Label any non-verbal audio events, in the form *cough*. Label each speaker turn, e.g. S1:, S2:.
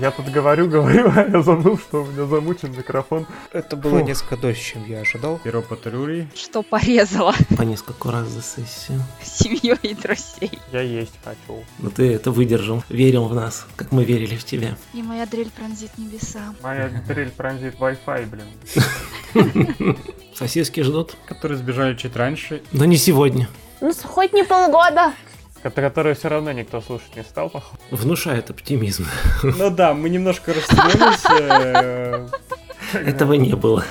S1: Я тут говорю, *laughs* говорю, а я забыл, что у меня замучен микрофон.
S2: Это было
S1: Фух.
S2: несколько дольше, чем я ожидал.
S3: Перо Патрюри.
S4: Что порезала *laughs*
S5: По несколько раз за сессию.
S4: семьей и друзей.
S1: Я есть хочу.
S5: Но ты это выдержал. Верил в нас, как мы верили в тебя.
S6: И моя дрель пронзит небеса.
S1: Моя дрель пронзит Wi-Fi, блин.
S5: Сосиски ждут.
S3: Которые сбежали чуть раньше.
S5: Но не сегодня.
S7: Ну, с- хоть не полгода.
S1: Которую все равно никто слушать не стал, походу.
S5: Внушает оптимизм.
S3: Ну да, мы немножко расстроились. э,
S5: Этого не было.